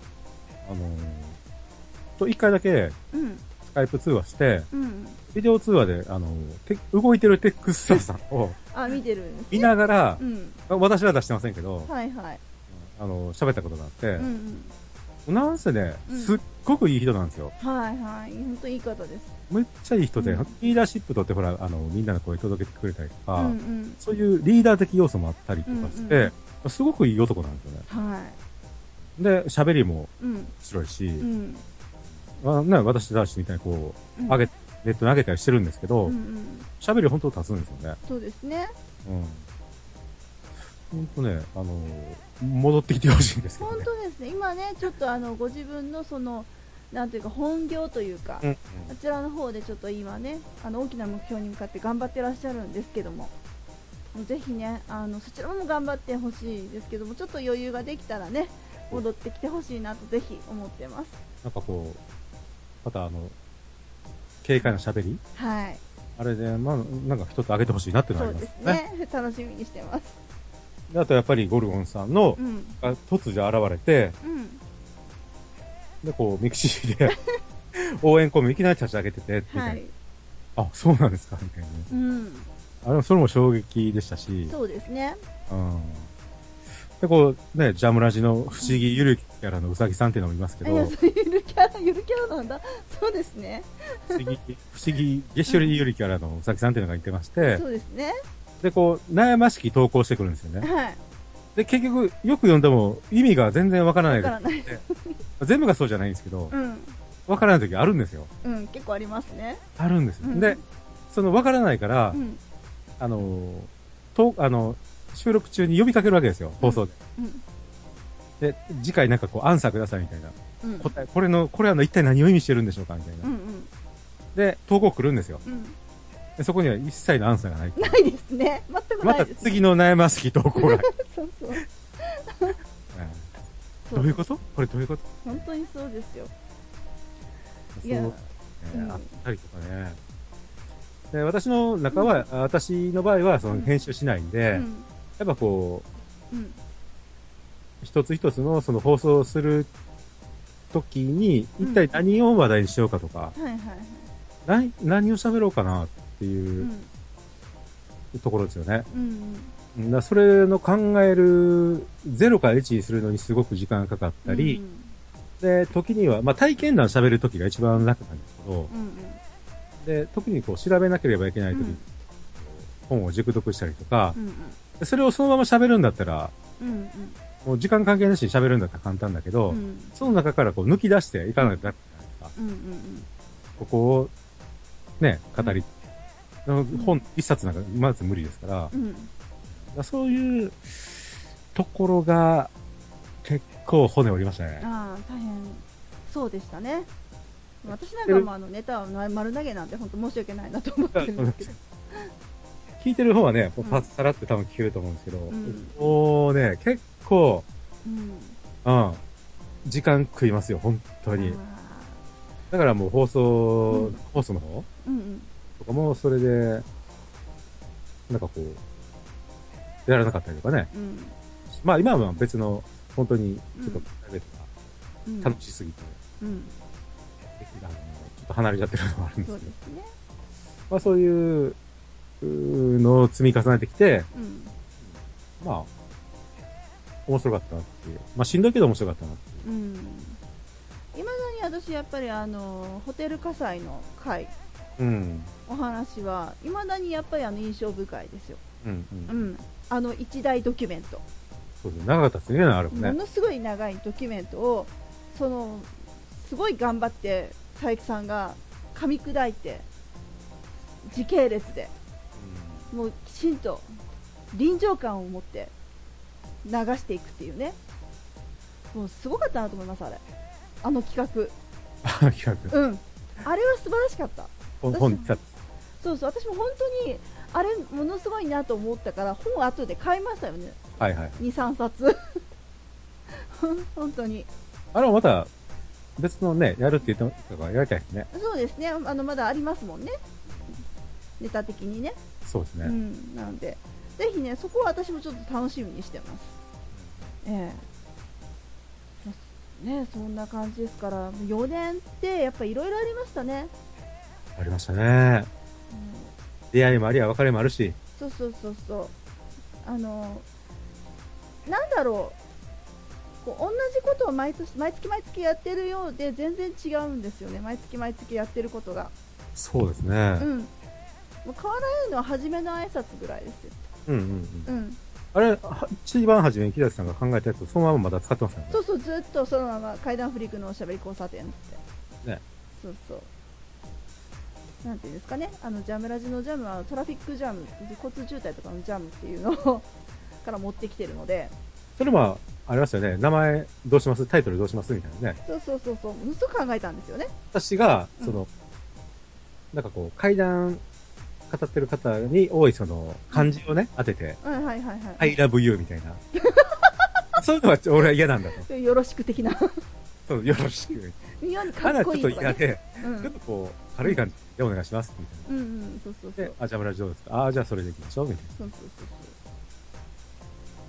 と、一回だけ
うん
スカイプ通話して、
うん
ビデオ通話で、あのーテ動いてるテックスターさんを
あ見てるんです
見ながら
う、ん
私は出してませんけど、
はいはい
あのー喋ったことがあって、
うんうん
なんせね、
うん
すっごくいい人なんですよ。
はいはい本当いい方です
めっちゃいい人で、
うん
リーダーシップとってほら、あの、みんなの声届けてくれたりとか、
うんうん
そういうリーダー的要素もあったりとかして、
うん
すごくいい男なんですよね。
は
で、喋りも
いうん
白いし、
うん
まあね、私たちみたいにこ
う
う、
ん
上げ、ネットに上げたりしてるんですけ
う
ど
んう、ん
喋、り本当立つんですよね。
そうですね
うん。本当ね、あの、戻ってきてほしいんですけど
本
ね。
当ですね、今ね、ちょっとあのご自分のそのなんていうか本業というか、
うんうん
あちらの方でちょっと今ね、あの大きな目標に向かって頑張ってらっしゃるんですけども、ぜひね、あのそちらも頑張ってほしいですけども、ちょっと余裕ができたらね、戻ってきてほしいなとぜひ思ってます
なんかこう、またあの、軽快な喋り
はい
あれで、まあ、なんか一つ上げてほしいなっていうのは
そ
あ
う
りま
ですす
ね。
ね楽しみにしてます
であとやっぱりゴルゴンさんの
う、ん
が突如現れて、
うん
で、こう、ミクシーで、 応援コメいきなり立ち上げてて、みたいな。
はい
あ、そうなんですか、みたいな。
うん
あれも、それも衝撃でしたし、
そうですね
うん。で、こう、ね、ジャムラジの不思議ゆるキャラのうさぎさんっていうのもいますけ
い
ど、
や
不
そうゆるキャラゆ るキャラなんだそうですね
思議、不思議、げっしょりゆるキャラのうさぎさんっていうのがいてまして
そ、うですね
で、こう、悩ましき投稿してくるんですよね。
はい
で、結局、よく読んでも意味が全然わからない
わ
で
か
す
らない
全部がそうじゃないんですけど
う、ん
わからない時あるんですよ。
うん結構ありますね
あるんですよ。
うん
で、そのわからないから
う、ん
あのー、と、あの、収録中に呼びかけるわけですよ、放送で。
うん
で、次回なんかこう、アンサーくださいみたいな。
うん
答え、これの、これはあの一体何を意味してるんでしょうかみたいな
う。んうん
で、投稿来るんですよ。
うん
でそこには一切のアンサーがない。
ないですね全く
ま
な
た
いですね
次の悩ましき投稿が。
そうそう
うん
そ
どういう
う
ことこれどういうこと
本当にそうですよ
そ
いや
うえ
うん
あったりとかね。で私の中は、あ私の場合はその編集しないんで、
うん
やっぱこ
うん
う、一つ一つのその放送する時に、一体何を話題にしようかとか、
はいはいはい
何何を喋ろうかなって
う
いうんところですよね。
うん
うんだからそれの考える0から1にするのにすごく時間がかかっ
う
た
ん
り、で、時には、まあ体験談喋る時が一番楽なんですけど、
うん
で、特にこう調べなければいけな
う
い時、
ん
に本を熟読したりとか
う、ん
それをそのまま喋るんだったら、
うんうん
もう時間関係なしに喋るんだったら簡単だけど、
うんうん
その中からこう抜き出していかないとダメじゃないですか。
うんうん
ここを、ね、語り、あの本一冊なんかまず無理ですから、だか
うんうん
らそういうところが結構骨折りましたね。
ああ大変そうでしたね私なんかもあのネタは丸投げなんて本当申し訳ないなと思ってるんですけど
聞いてる方はね、もう
うん
パッさらって多分聞けると思うんですけど、
ん
もうね、結構、
うん
うん、時間食いますよ、本当に。
あ
だからもう放送、
うん
放送の方
ーうん
とかもそれで、なんかこう、やらなかったりとかね。
うんうん
まあ今は別の、本当に、ちょっと
うん
プライベート
うん
が楽しすぎて、
うん
あのちょっと離れちゃってるのもあるんで
そ
す
う
け
で
ど、
すね
まあそういううーのを積み重ねてきて、
うん
まあ、面白かったなっていう。まあしんどいけど面白かったなっていう。
うんいまだに私やっぱりあのホテル火災の回
うん。
お話はいまだにやっぱりあの印象深いですよ、
うん、う。
うんん、あの一大ドキュメント、
そうですね。長かったですね、あれも
も
ね。
のすごい長いドキュメントをそのすごい頑張って佐伯さんが噛み砕いて時系列でもうきちんと臨場感を持って流していくっていうねもうすごかったなと思いますあれあの企画
あ、企画。
うん、あれは素晴らしかった。
本、 本に来た。
そうそう、私も本当に、あれ、ものすごいなと思ったから、本後で買いましたよね、
はいはい。
2、3冊。 ほん本当に。
あれもまた、別のね、やるって言ってたからやりたいですね。
そうですね、あの、まだありますもんね。ネタ的にね。
そうですね。
うん、なので、ぜひね、そこは私もちょっと楽しみにしてます。ええね、そんな感じですから、4年ってやっぱいろいろありましたね。
ありましたね。
うん
出会いもありや別れもあるし。
そうそうそうそうあのなんだろうこう同じことを毎年毎月毎月やってるようで全然違うんですよね毎月毎月やってることが
そうですね。
うんもう変わらないのは初めの挨拶ぐらいですよ
うんうんうん。
うん
あれ、は一番初めに木崎さんが考えたやつをそのまままだ使ってますからね
そう。そうずっとそのまま階段フリークのおしゃべり交差点って
ね
そうそうなんていうんですかねあのジャムラジのジャムはトラフィックジャム交通渋滞とかのジャムっていうのを から持ってきてるので
それも、ありますよね。名前どうしますタイトルどうしますみたいなね。
そうそうそうそう、ものすごく考えたんですよね。
私が、
うん
その、なんかこう、階段語ってる方に多いその、漢字をね、当てて、
うん、はいはいはい。
I love you みたいな。そういうのはちょ俺は嫌なんだと。
そういうよろしく的な
そうよろしく。
妙にか
ま
っ
だち
こ
ょ
い
っ
い
と
とか、
嫌
ね、
で、
う
ちょっ
ん
とこう、軽い感じでお願いします、みたいな。
うんうんそうそうそう
で、あ、じゃあ村上どうですかああ、じゃあそれでいきましょう、みたいな。
そうそうそう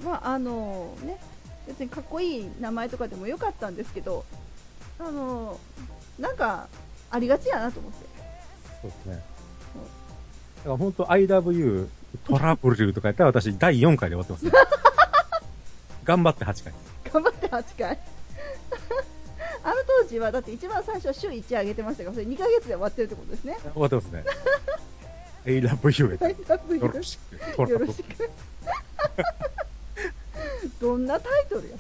そうまああのね別にかっこいい名前とかでもよかったんですけどあのなんかありがちやなと思って
そうですね。だから本当 IW トラブルとかやったら私第4回で終わってますね。 頑張って8回。
頑張って8回 あの当時はだって一番最初は週1上げてましたからそれ2ヶ月で終わってるってことですね
終わってます ね。AW やったら
IW
よろ しく。トラ
よ
ブ
ろ
ル
し。くどんなタイトルや